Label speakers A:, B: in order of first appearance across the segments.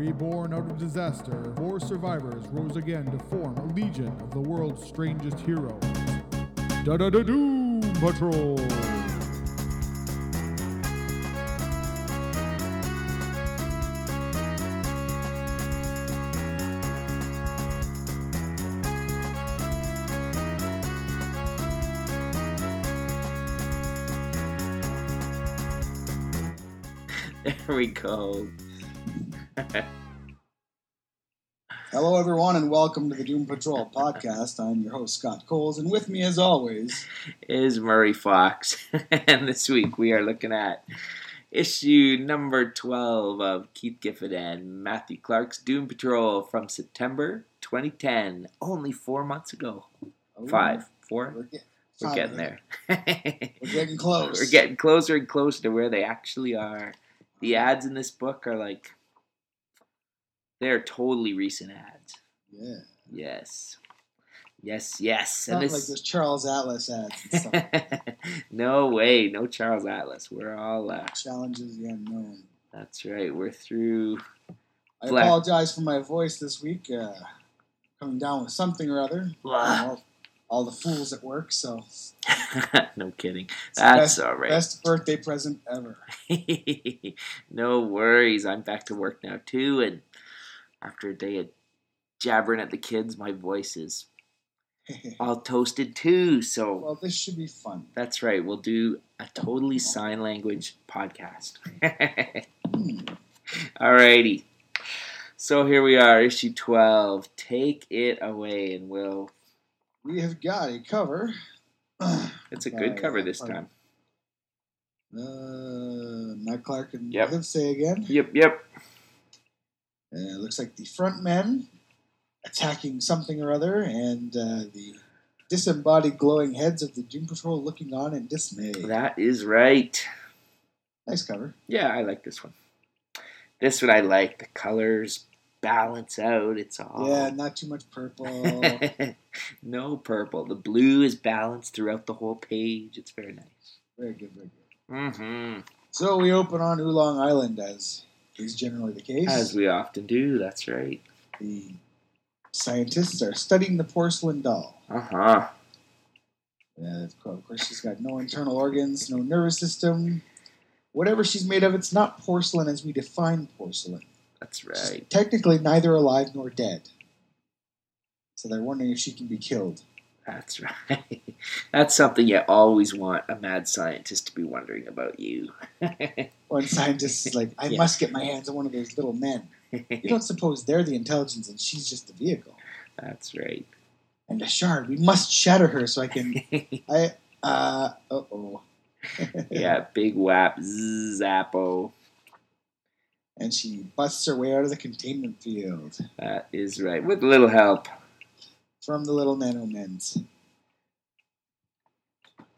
A: Reborn out of disaster, war survivors rose again to form a legion of the world's strangest heroes. Da da da Doom Patrol!
B: There we go.
C: Hello, everyone, and welcome to the Doom Patrol podcast. I'm your host, Scott Coles, and with me, as always,
B: Is Murray Fox. and this week we are looking at issue number 12 of Keith Giffen and Matthew Clark's Doom Patrol from September 2010, only four months ago. Five. Four?
C: oh, We're, get-
B: We're getting there. We're
C: We're getting close.
B: getting closer and closer to where they actually are. The ads in this book are like, they're totally recent ads.
C: Yeah. It's
B: Yes. Yes, yes.
C: not like those Charles Atlas ads and stuff.
B: no way, no Charles Atlas. We're all uh,
C: Challenges the unknown.
B: that's right. We're through.
C: I
B: Black.
C: apologize for my voice this week. Uh, coming down with something or other.
B: Blah.
C: All, all the fools at work, so it's
B: no kidding.
C: the
B: That's
C: best,
B: all right.
C: best birthday present ever.
B: no worries. I'm back to work now too, and after a day of jabbering at the kids, my voice is all toasted too. So
C: well, this should be fun.
B: that's right. We'll do a totally sign language podcast.
C: Hmm.
B: Alrighty. So here we are, issue 12. Take it away, and we'll
C: We have got a cover.
B: It's a
C: Yeah,
B: good
C: yeah,
B: cover this
C: fine.
B: time.
C: Uh, Matt Clark and
B: Yep.
C: Liv say again.
B: Yep, yep.
C: Uh, looks like the front men attacking something or other, and uh, the disembodied glowing heads of the Doom Patrol looking on in dismay.
B: That is right.
C: Nice cover.
B: Yeah, I like this one. This one I like. The colors balance out. It's
C: Yeah,
B: all
C: not too much purple. Very
B: no purple. The blue is balanced throughout the whole page. It's very nice.
C: good, very good.
B: Mm-hmm.
C: So we open on Oolong Island, as is generally the case.
B: As we often do. That's right.
C: the scientists are studying the porcelain doll.
B: Uh huh.
C: Uh, of course, of course, she's got no internal organs, no nervous system. Whatever she's made of, it's not porcelain as we define porcelain.
B: That's
C: She's
B: right.
C: technically neither alive nor dead. So they're wondering if she can be killed.
B: That's right. That's something you always want a mad scientist to be wondering about you.
C: One scientist is like, I
B: Yeah.
C: must get my hands on one of those little men. You don't suppose they're the intelligence and she's just the vehicle.
B: That's right.
C: And a shard, we must shatter her so I can. I, uh, uh oh.
B: yeah, big whap, zappo.
C: And she busts her way out of the containment field
B: That is right. With little help.
C: from the little nano men's.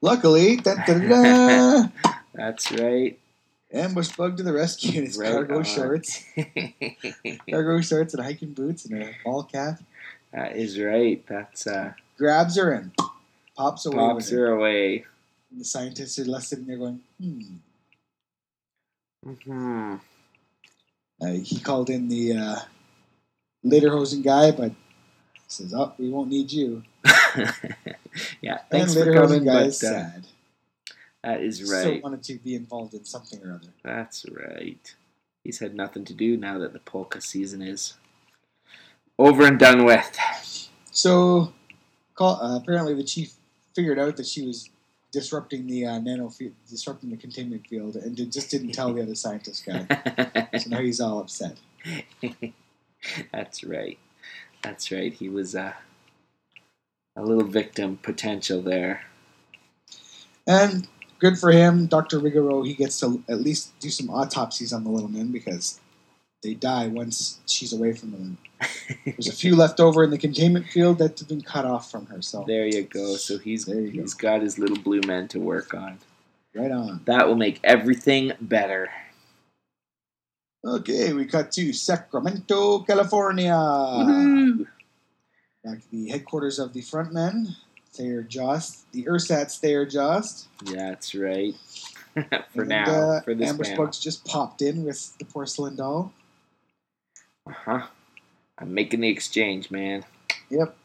C: Luckily, da da da
B: That's right.
C: ambush bug to the rescue in his
B: Right
C: cargo
B: on.
C: shorts,
B: that
C: cargo shorts and hiking boots and a ball cap.
B: is right. That's uh
C: Grabs her and pops away
B: pops
C: with her.
B: her away.
C: And the scientists are left sitting there going, hmm.
B: hmm
C: Uh, he called in the uh, lederhosen guy, but says, oh, we won't need you.
B: yeah,
C: And
B: thanks for
C: lederhosen
B: coming.
C: guy
B: But,
C: is
B: uh,
C: sad.
B: that is
C: Still
B: right.
C: wanted to be involved in something or other.
B: That's right. He's had nothing to do now that the polka season is over and done with.
C: So, call, uh, apparently, the chief figured out that she was disrupting the uh, nano field, disrupting the containment field, and did, just didn't tell the other scientist guy. So now he's all upset.
B: That's right. That's right. He was uh, a little victim potential there.
C: And good for him, Doctor Rigoro. He gets to at least do some autopsies on the little men because they die once she's away from them. There's a few left over in the containment field that have been cut off from her. So
B: There you go. So he's
C: There you go.
B: he's got his little blue men to work on.
C: right on.
B: That will make everything better.
C: Okay, we cut to Sacramento, California.
B: Woohoo!
C: back to the headquarters of the frontmen, Thayer Jost, the ersatz Thayer Jost.
B: That's right. for
C: And,
B: now,
C: uh,
B: for this
C: ambush
B: now.
C: bugs just popped in with the porcelain doll.
B: Uh huh. I'm making the exchange, man.
C: Yep.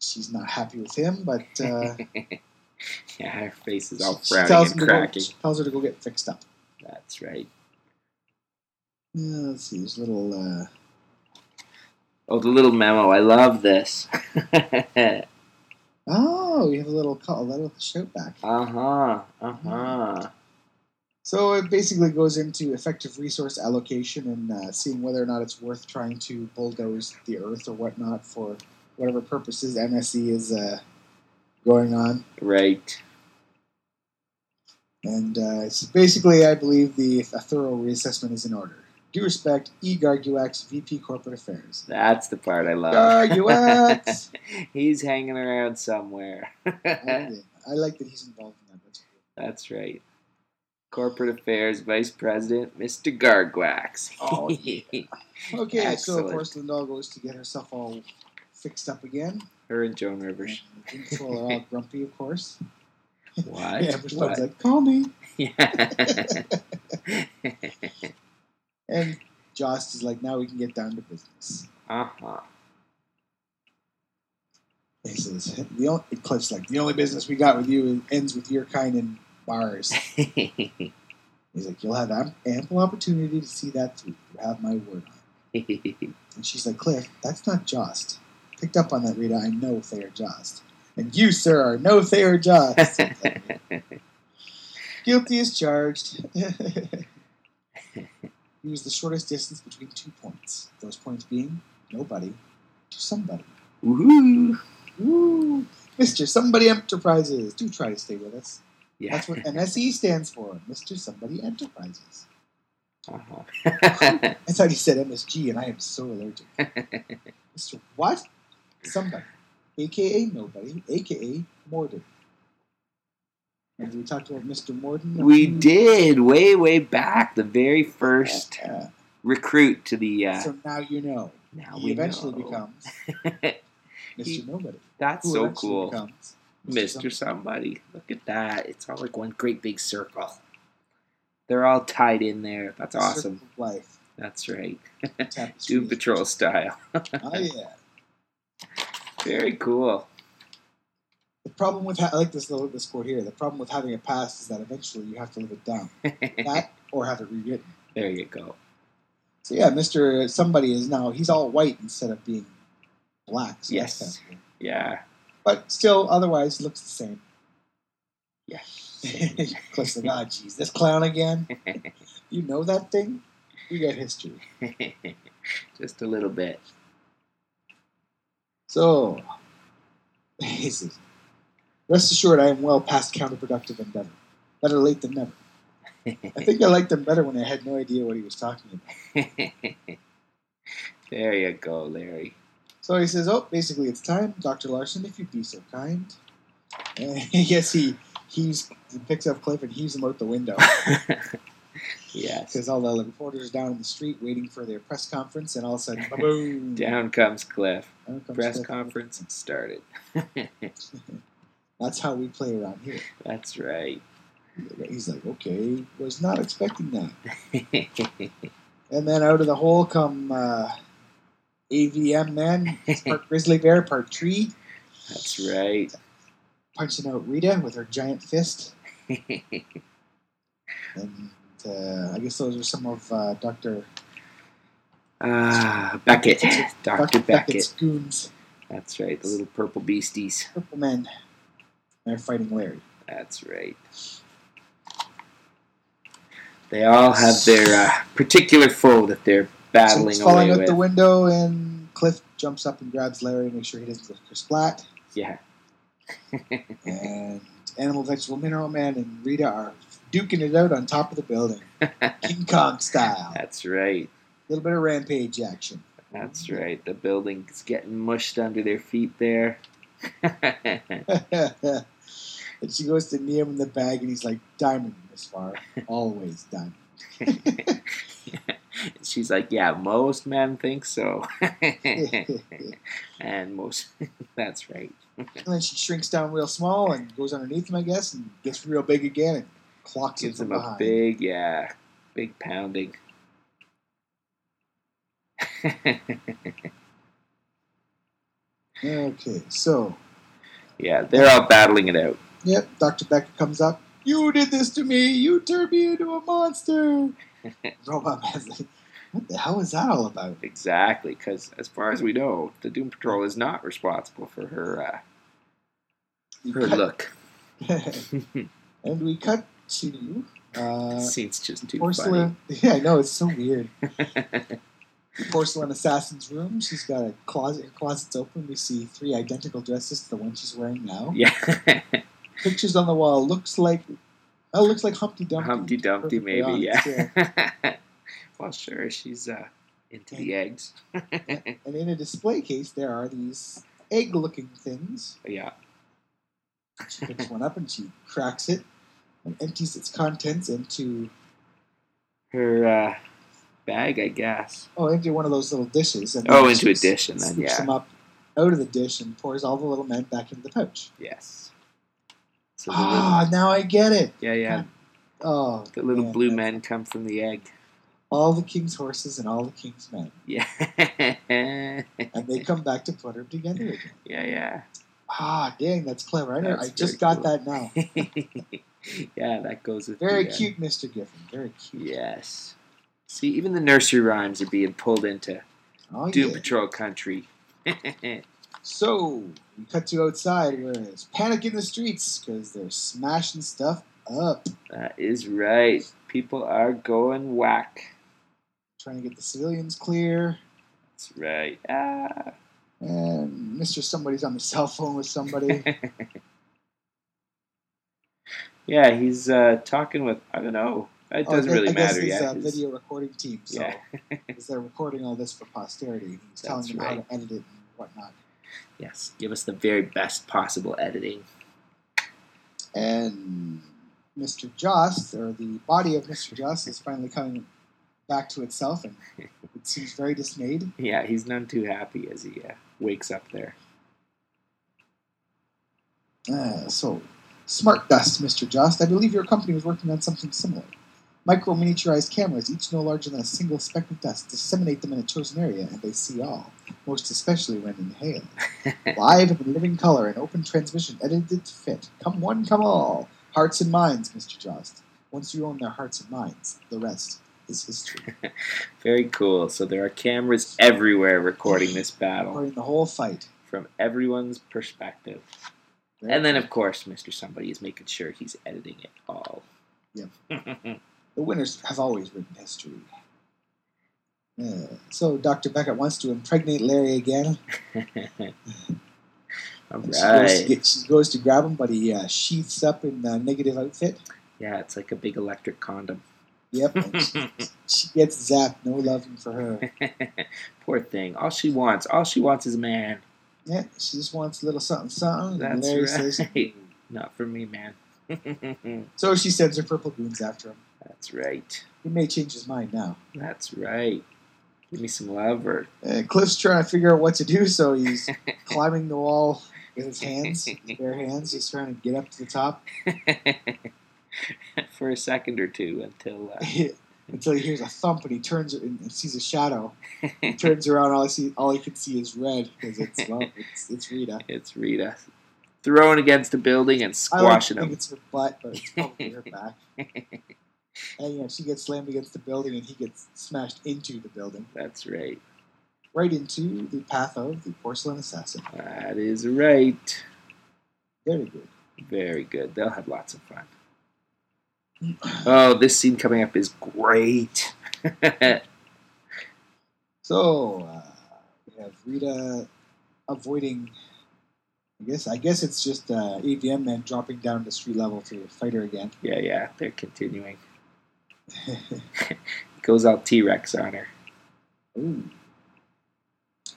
C: She's not happy with him, but uh,
B: Yeah, her face is all
C: she,
B: frowning
C: tells him
B: and
C: to go,
B: cracking.
C: she tells her to go get fixed up.
B: That's right.
C: Yeah, let's see, there's a little. Uh,
B: Oh, the little memo. I love this. uh
C: oh, we have a little call, a little shout back.
B: huh. Uh huh.
C: So it basically goes into effective resource allocation and uh, seeing whether or not it's worth trying to bulldoze the earth or whatnot for whatever purposes MSE is uh, going on.
B: Right.
C: And uh, it's basically, I believe the a thorough reassessment is in order. Due respect, E. Garguax, VP Corporate Affairs. E
B: That's the part I love.
C: Garguax!
B: He's hanging around somewhere.
C: I like it. I like that he's involved in that. That's cool.
B: That's right. Corporate Affairs Vice President, Mr. Gargwax.
C: Oh, yeah. Okay, so
B: Excellent.
C: of course Lindell goes to get herself all fixed up again.
B: Her and Joan Rivers.
C: And Control are all grumpy, of course.
B: What?
C: yeah, which
B: What?
C: one's like, call me.
B: Yeah.
C: And Jost is like, now we can get down to business.
B: uh-huh.
C: He says, the only, Cliff's like, the only business we got with you ends with your kind in bars. He's like, you'll have am- ample opportunity to see that through. You have my word on it. And she's like, Cliff, that's not Jost. Picked up on that, Rita. I know Thayer Jost. And you, sir, are no Thayer Jost. Guilty as charged. he was the shortest distance between two points. Those points being nobody to somebody.
B: Woohoo.
C: Woo! Mr. Somebody Enterprises. Do try to stay with us.
B: Yeah.
C: That's what MSE stands for. Mr. Somebody Enterprises.
B: Uh-huh.
C: I thought he said MSG, and I am so allergic. Mr. What? Somebody. AKA nobody. AKA Morden. And we talked about Mm-hmm. Mr. Morden. a
B: we
C: few-
B: did way, way back, the very first
C: Uh,
B: recruit to the. Uh,
C: So now you know.
B: now
C: He
B: we
C: eventually
B: know.
C: becomes Mr.
B: He-
C: Nobody.
B: That's
C: who
B: so
C: eventually
B: cool.
C: becomes
B: Mr. Somebody. Look at that. It's all like one great big circle. They're all tied in there. That's
C: Circle
B: awesome.
C: of Life.
B: That's right.
C: Tapestry.
B: Doom Patrol style.
C: Oh, yeah.
B: Very cool.
C: The problem with ha- I like this little this quote here. The problem with having a past is that eventually you have to live it down,
B: there
C: that or have it rewritten.
B: you go.
C: So yeah, Mister Somebody is now he's all white instead of being black. So that's
B: Yes.
C: kinda cool.
B: Yeah.
C: but still, otherwise looks the same.
B: Yeah.
C: Cliff's like, ah, jeez, this clown again. you know that thing? We got history.
B: Just a little bit.
C: So he says, rest assured, I am well past counterproductive endeavor. Better late than never. I think I liked him better when I had no idea what he was talking about.
B: there you go, Larry.
C: So he says, "Oh, basically, it's time, Doctor Larson, if you'd be so kind." And yes, he he's he picks up Cliff and heaves him out the window
B: yes.
C: because all the reporters down in the street waiting for their press conference, and all of a sudden, boom!
B: Down comes Cliff.
C: down comes
B: Press
C: Cliff.
B: conference started.
C: That's how we play around here.
B: That's right.
C: He's like, "Okay, was not expecting that." And then out of the hole come uh, AVM man, It's part grizzly bear, part tree,
B: That's right.
C: punching out Rita with her giant fist. And uh, I guess those are some of uh, Dr.
B: Ah, Beckett. Dr.
C: Beckett's
B: Beckett.
C: goons,
B: That's right. The little purple beasties.
C: Purple Men. They're fighting Larry.
B: That's right. They all have their uh, particular foe that they're battling
C: Someone's falling
B: away
C: out
B: with.
C: the window, and Cliff jumps up and grabs Larry, make sure he doesn't get splat.
B: yeah,
C: And Animal, Vegetable, Mineral Man and Rita are duking it out on top of the building, King Kong style. A
B: that's right.
C: little bit of rampage action.
B: That's right. The building's getting mushed under their feet there.
C: and she goes to knee him in the bag, and he's like, "Diamond, Miss Far, always diamond."
B: She's like, yeah, most men think so. and most, that's right.
C: And then she shrinks down real small and goes underneath him, I guess, and gets real big again and clocks
B: Gives
C: him
B: them
C: from
B: a
C: behind.
B: big, yeah, big pounding.
C: Okay, so
B: yeah, they're all battling it out.
C: yep, Doctor Becker comes up. You did this to me. You turned me into a monster. Robot Man's like, what the hell is that all about?
B: Exactly, because as far as we know, the Doom Patrol is not responsible for her
C: You
B: uh, her
C: cut-
B: look.
C: and we cut to
B: The
C: uh,
B: scene's just too
C: porcelain. Yeah, I know it's so weird. porcelain assassin's room. She's got a closet. Her closet's open. We see three identical dresses to the one she's wearing now.
B: funny. Yeah,
C: Pictures on the wall looks like. Oh, looks like Humpty Dumpty.
B: Humpty
C: to be
B: Dumpty,
C: perfectly
B: maybe.
C: honest,
B: Yeah. well, sure, she's uh, into the eggs.
C: And in a display case, there are these egg-looking things.
B: Yeah,
C: She picks one up and she cracks it and empties its contents into
B: her uh, bag, I guess.
C: oh into one of those little dishes. And
B: Oh,
C: then
B: into a
C: scoops-
B: dish, and then
C: scoops
B: yeah,
C: them up out of the dish and pours all the little men back into the pouch.
B: yes. So the little,
C: Ah, now I get it.
B: yeah, yeah.
C: Oh,
B: The little
C: man,
B: blue
C: that's-
B: men come from the egg.
C: All the king's horses and all the king's men,
B: Yeah, yeah,
C: and they come back to put them together again.
B: yeah.
C: Ah, dang, that's clever. I, never,
B: That's
C: I just
B: very
C: got
B: cool.
C: that now.
B: yeah, that goes with
C: Very
B: the, uh,
C: cute, Mr. Giffen. Very cute.
B: Yes. See, even the nursery rhymes are being pulled into
C: Oh,
B: Doom
C: yeah.
B: Patrol country. yeah,
C: So we cut to outside where there's panic in the streets because they're smashing stuff up,
B: that is right. People are going whack.
C: trying to get the civilians clear.
B: That's right. Ah.
C: And Mr. Somebody's on the cell phone with somebody.
B: Yeah, he's uh, talking with I don't know. It
C: Oh, I
B: doesn't
C: think-
B: really
C: I guess
B: matter
C: his,
B: yet.
C: uh,
B: His-
C: video recording team. So
B: Yeah.
C: because they're recording all this for posterity, he's telling
B: That's
C: them how
B: right.
C: to edit it and whatnot.
B: Yes, give us the very best possible editing.
C: And Mr. Jost, or the body of Mr. Jost, is finally coming back to itself, and it seems very dismayed.
B: Yeah, he's none too happy as he uh, wakes up there.
C: Uh, so, smart dust, Mr. Jost. I believe your company was working on something similar. Micro miniaturized cameras, each no larger than a single speck of dust, disseminate them in a chosen area, and they see all, most especially when inhaled. Live in living color and open transmission, edited to fit. Come one, come all. Hearts and minds, Mr. Jost. Once you own their hearts and minds, the rest is history.
B: Very cool. So there are cameras everywhere recording this battle
C: Or in the whole fight.
B: from everyone's perspective. And then, of course, Mr. Somebody is making sure he's editing it all.
C: Yep.
B: Yep.
C: The winners have always written history. Uh, so Dr. Beckett wants to impregnate Larry again.
B: all
C: And She, goes to
B: right.
C: get, she goes to grab him, but he uh, sheaths up in the negative outfit.
B: Yeah, it's like a big electric condom.
C: Yep. and she, she gets zapped. No loving for her.
B: Poor thing. All she wants, all she wants is a man.
C: Yeah, she just wants a little something, something. and
B: That's
C: Larry
B: right.
C: says,
B: Not for me, man.
C: so she sends her purple goons after him.
B: That's right.
C: He may change his mind now.
B: That's right. Give me some love or
C: Uh, Cliff's trying to figure out what to do, so he's climbing the wall with his hands, his bare hands. He's trying to get up to the top
B: for a second or two until uh,
C: until he hears a thump and he turns and sees a shadow. He turns around, all he, see, all he can see is red because it's, well, it's it's Rita.
B: it's Rita thrown against a building and
C: I don't
B: squashing
C: think
B: him.
C: it's her butt, but it's probably her back. And you know, she gets slammed against the building, and he gets smashed into the building,
B: That's right.
C: right into the path of the porcelain assassin.
B: That is right.
C: Very good.
B: Very good. They'll have lots of fun. Oh, this scene coming up is great.
C: So uh, we have Rita avoiding. I guess I guess it's just uh, AVM man dropping down to street level to fight her again.
B: yeah, yeah, they're continuing. Goes all T Rex on her.
C: Ooh.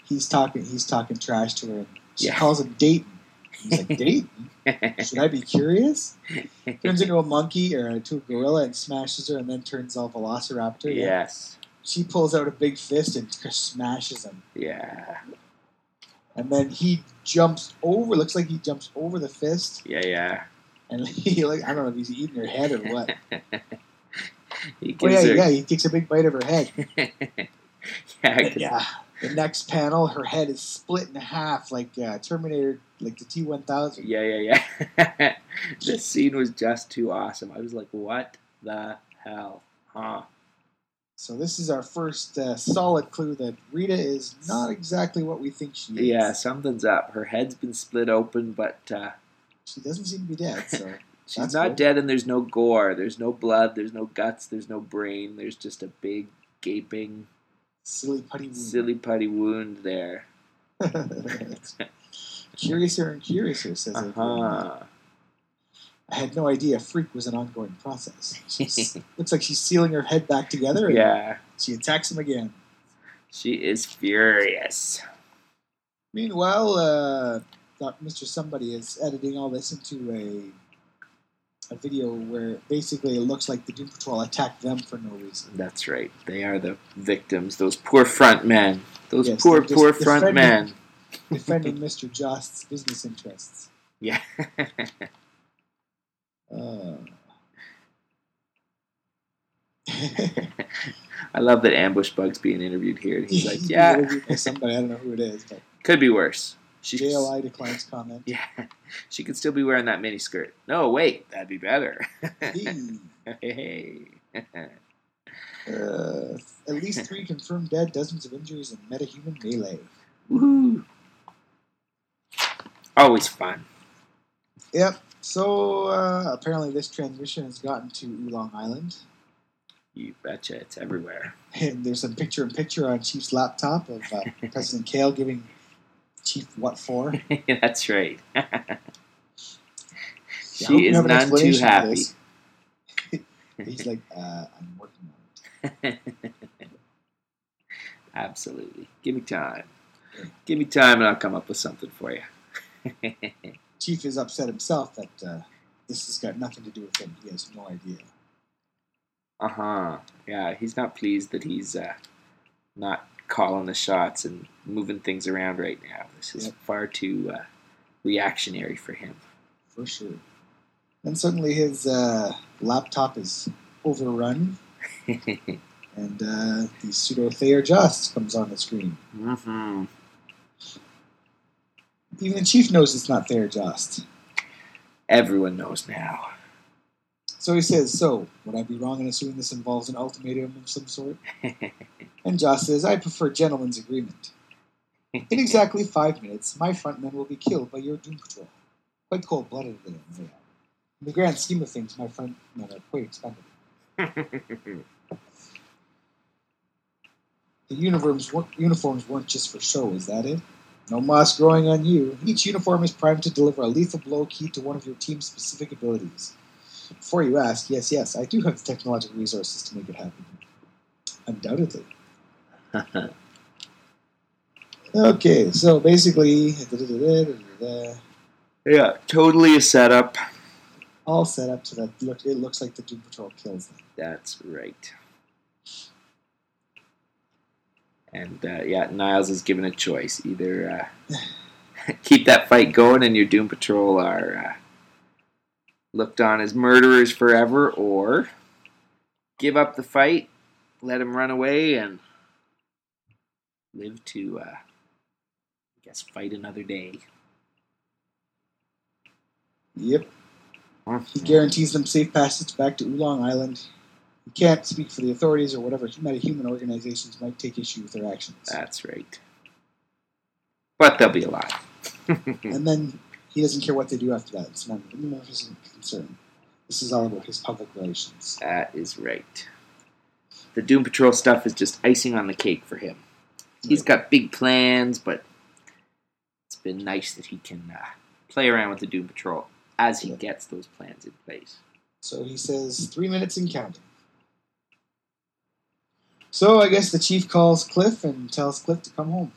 C: He's talking. He's talking trash to her. She
B: Yeah.
C: calls him Dayton. He's like Dayton. Should I be curious? Turns into a monkey or into a gorilla and smashes her, and then turns all Velociraptor.
B: yes.
C: She pulls out a big fist and smashes him,
B: Yeah.
C: and then he jumps over. Looks like he jumps over the fist,
B: Yeah, yeah.
C: and he like I don't know if he's eating her head or what.
B: He
C: Oh
B: gives
C: yeah,
B: her
C: yeah. He takes a big bite of her head.
B: yeah, 'cause-
C: yeah. The next panel, her head is split in half, like uh, Terminator, like the T one thousand.
B: yeah, yeah, yeah. this scene was just too awesome. I was like, what the hell? Huh?
C: So this is our first uh, solid clue that Rita is not exactly what we think she is.
B: Yeah, something's up. Her head's been split open, but uh,
C: She doesn't seem to be dead. So
B: she's
C: That's
B: not
C: cool.
B: dead, and there's no gore. There's no blood. There's no guts. There's no brain. There's just a big, gaping,
C: silly putty. wound.
B: silly putty wound there.
C: curiouser and curiouser, says
B: Uh
C: everyone.
B: huh.
C: I had no idea freak was an ongoing process. She's- looks like she's sealing her head back together. And
B: Yeah,
C: She attacks him again.
B: she is furious.
C: Meanwhile, uh, Doc- Mr. Somebody is editing all this into a a video where basically it looks like the Doom Patrol attacked them for no reason.
B: That's right. They are the victims. Those poor front men. Those
C: Yes,
B: poor,
C: they're just
B: poor front
C: defending-
B: men.
C: defending Mr. Jost's business interests.
B: Yeah.
C: Uh.
B: I love that Ambush Bug's being interviewed here. And he's like,
C: He
B: yeah,
C: interviewed by somebody I don't know who it is, but
B: could be worse. She,
C: JLI declines comment.
B: yeah, she could still be wearing that mini skirt. No, wait, that'd be better.
C: Hey,
B: hey.
C: uh, at least three confirmed dead, dozens of injuries, and metahuman melee.
B: Woohoo. Always fun.
C: Yep. So uh, apparently, this transmission has gotten to Oolong Island.
B: You betcha. It's everywhere.
C: and there's some picture in picture on Chief's laptop of uh, President Kale giving Chief what for. I
B: That's right.
C: hope
B: she
C: you
B: is
C: have
B: none
C: an
B: too
C: explanation for
B: happy.
C: this. He's like, uh, I'm working on
B: Absolutely. Give me time. Give me time and I'll come up with something for you.
C: it. Chief is upset himself that uh, this has got nothing to do with him. He has no idea.
B: Uh huh. Yeah, he's not pleased that he's uh, not calling the shots and moving things around right now. This is
C: Yep.
B: far too uh, reactionary for him.
C: For sure. And suddenly his uh, laptop is overrun, and uh, the pseudo Thayer Just comes on the screen.
B: mm-hmm.
C: Even the Chief knows it's not Thayer Just.
B: Everyone knows now.
C: So he says, So, would I be wrong in assuming this involves an ultimatum of some sort? and Joss says, I prefer gentleman's agreement. In exactly five minutes, my frontmen will be killed by your Doom Patrol. Quite cold blooded they are. In the grand scheme of things, my frontmen are quite expendable. The uniforms, were uniforms weren't just for show, is that it? No moss growing on you. Each uniform is primed to deliver a lethal blow keyed to one of your team's specific abilities. Before you ask, yes, yes, I do have the technological resources to make it happen. Undoubtedly. okay, so basically,
B: yeah, totally a setup.
C: all set up so that look, it looks like the Doom Patrol kills them.
B: That's right. And uh, yeah, Niles is given a choice: either uh, keep that fight going, and your Doom Patrol are uh, looked on as murderers forever, or give up the fight, let him run away, and live to, uh, I guess, fight another day.
C: Yep. He guarantees them safe passage back to Oolong Island. He can't speak for the authorities or whatever metahuman organizations might take issue with their actions.
B: That's right. But they'll be alive.
C: And then he doesn't care what they do after that. It's none, none of his concern. This is all about his public relations.
B: That is right. The Doom Patrol stuff is just icing on the cake for him. He's got big plans, but it's been nice that he can uh, play around with the Doom Patrol as he
C: Yeah.
B: gets those plans in place.
C: So he says, three minutes and counting. So I guess the chief calls Cliff and tells Cliff to come home.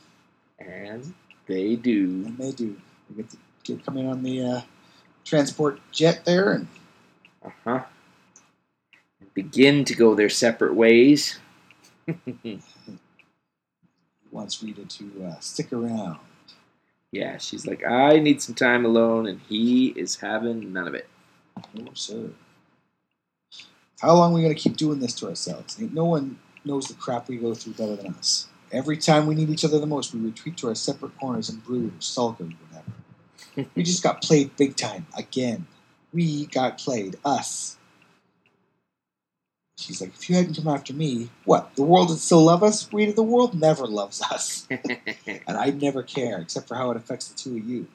B: And they do.
C: And they do. They get to get, come in on the uh, transport jet there and
B: Uh huh. Begin to go their separate ways.
C: wants Rita to uh, stick around.
B: Yeah, she's like, I need some time alone, and he is having none of it.
C: No, sir. How long are we going to keep doing this to ourselves? Ain't no one knows the crap we go through better than us. Every time we need each other the most, we retreat to our separate corners and brood or sulk or whatever. we just got played big time again. We got played. Us. She's like, if you hadn't come after me, what? The world would still love us? Rita, the world never loves us. and I never care, except for how it affects the two of you.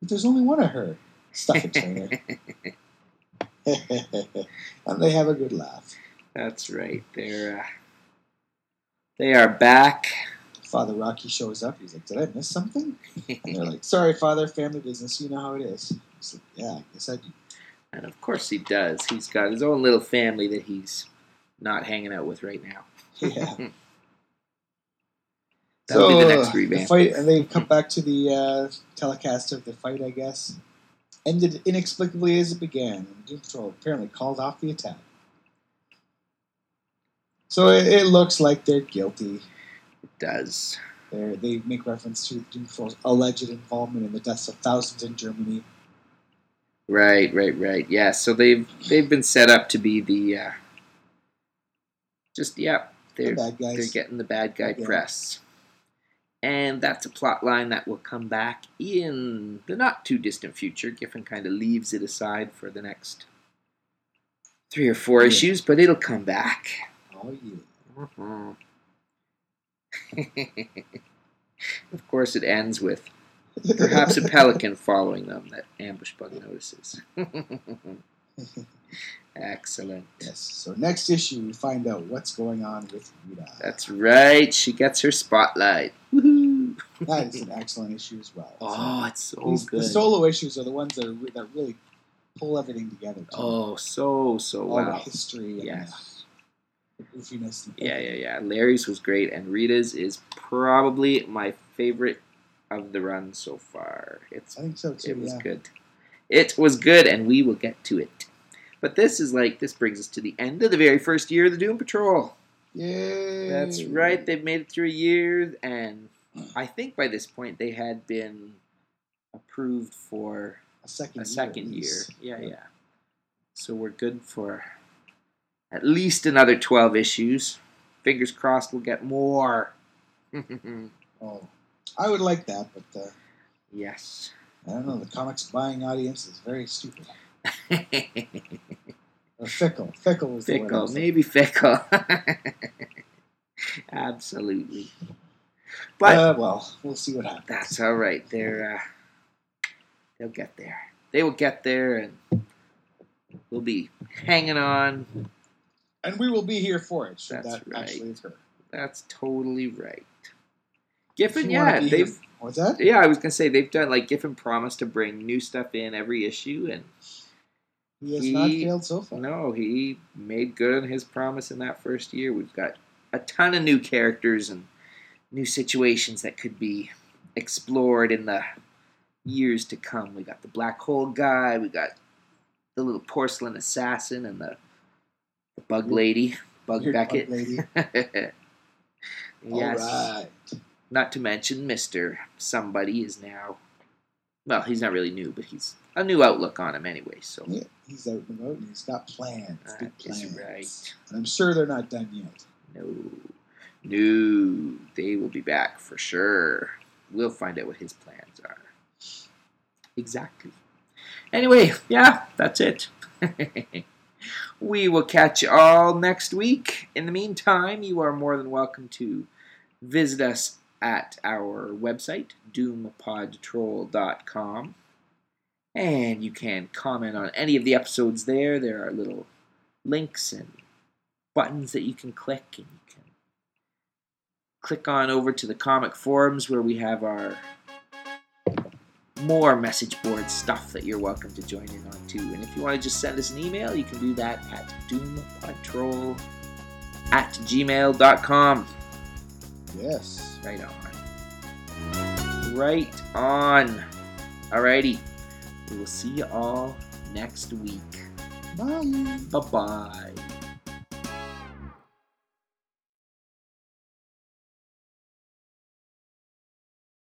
C: But there's only one of her. Stuff it, trainer. and they have a good laugh.
B: That's right. They're uh, they are back.
C: Father Rocky shows up. He's like, Did I miss something? And they're like, Sorry, Father, family business. You know how it is. He's like, Yeah, I guess I do.
B: And of course he does. He's got his own little family that he's not hanging out with right now.
C: Yeah.
B: That'll be the
C: uh,
B: next revamp.
C: fight, and they come back to the uh, telecast of the fight, I guess. Ended inexplicably as it began, and Doom Patrol apparently called off the attack. So it, it looks like they're guilty.
B: It does.
C: They're, they make reference to Doom Patrol's alleged involvement in the deaths of thousands in Germany.
B: Right, right, right. Yeah. So they've they've been set up to be the uh, just yeah.
C: The
B: They're
C: bad guys.
B: they're getting the bad guy
C: Yeah.
B: press. And that's a plot line that will come back in the not too distant future. Giffen kind of leaves it aside for the next three or four
C: Yeah.
B: issues, but it'll come back.
C: oh yeah.
B: Mhm. of course, it ends with perhaps a pelican following them that ambush bug notices. Excellent.
C: yes. So next issue, we find out what's going on with Rita.
B: That's right. She gets her spotlight. Woohoo!
C: That is an excellent issue as well.
B: Oh, it's so
C: These-
B: good.
C: The solo issues are the ones that, are, re- that really pull everything together. too.
B: oh, so so
C: all the
B: well.
C: history and
B: Yes.
C: the goofiness. And
B: Yeah, yeah, yeah. Larry's was great, and Rita's is probably my favorite of the run so far. It's
C: I think so too.
B: It was
C: yeah.
B: good. It was good, and we will get to it. But this is like this brings us to the end of the very first year of the Doom Patrol.
C: Yay!
B: That's right. They've made it through a year, and I think by this point they had been approved for
C: a second,
B: a second year.
C: at least.
B: Yeah, yeah. So we're good for at least another twelve issues. Fingers crossed, we'll get more.
C: Oh, I would like that, but uh,
B: yes.
C: I don't know. The comics buying audience is very stupid or fickle. Fickle was the word I
B: Fickle,
C: was
B: maybe fickle. Absolutely. But
C: uh, well, we'll see what happens.
B: that's all right. They're uh, they'll get there. They will get there, and we'll be hanging on.
C: And we will be here for it. Should
B: That's
C: that
B: right.
C: actually occur?
B: That's totally right.
C: If you
B: Giffen,
C: wanna
B: yeah,
C: be here-
B: they've
C: what's that?
B: yeah. I was gonna say they've done like Giffen promised to bring new stuff in every issue, and
C: He has not
B: He-
C: failed so far.
B: No, he made good on his promise in that first year. We've got a ton of new characters and new situations that could be explored in the years to come. We got the black hole guy, we got the little porcelain assassin and the, the bug lady, Bug
C: Weird
B: Beckett.
C: lady.
B: yes.
C: All right.
B: Not to mention Mr. Somebody is now well, he's not really new, but he's a new outlook on him anyway, so
C: Yeah, he's out and about and he's got plans. big
B: that is
C: plans.
B: Uh, right.
C: And I'm sure they're not done yet.
B: No. No. They will be back for sure. We'll find out what his plans are. Exactly. Anyway, yeah, that's it. we will catch you all next week. In the meantime, you are more than welcome to visit us at our website, doompodtroll.com. And you can comment on any of the episodes there. There are little links and buttons that you can click and you can click on over to the comic forums where we have our more message board stuff that you're welcome to join in on too and if you want to just send us an email you can do that at doompotroll at gmail.com
C: Yes.
B: right on right on alrighty we will see you all next week
C: Bye.
B: bye bye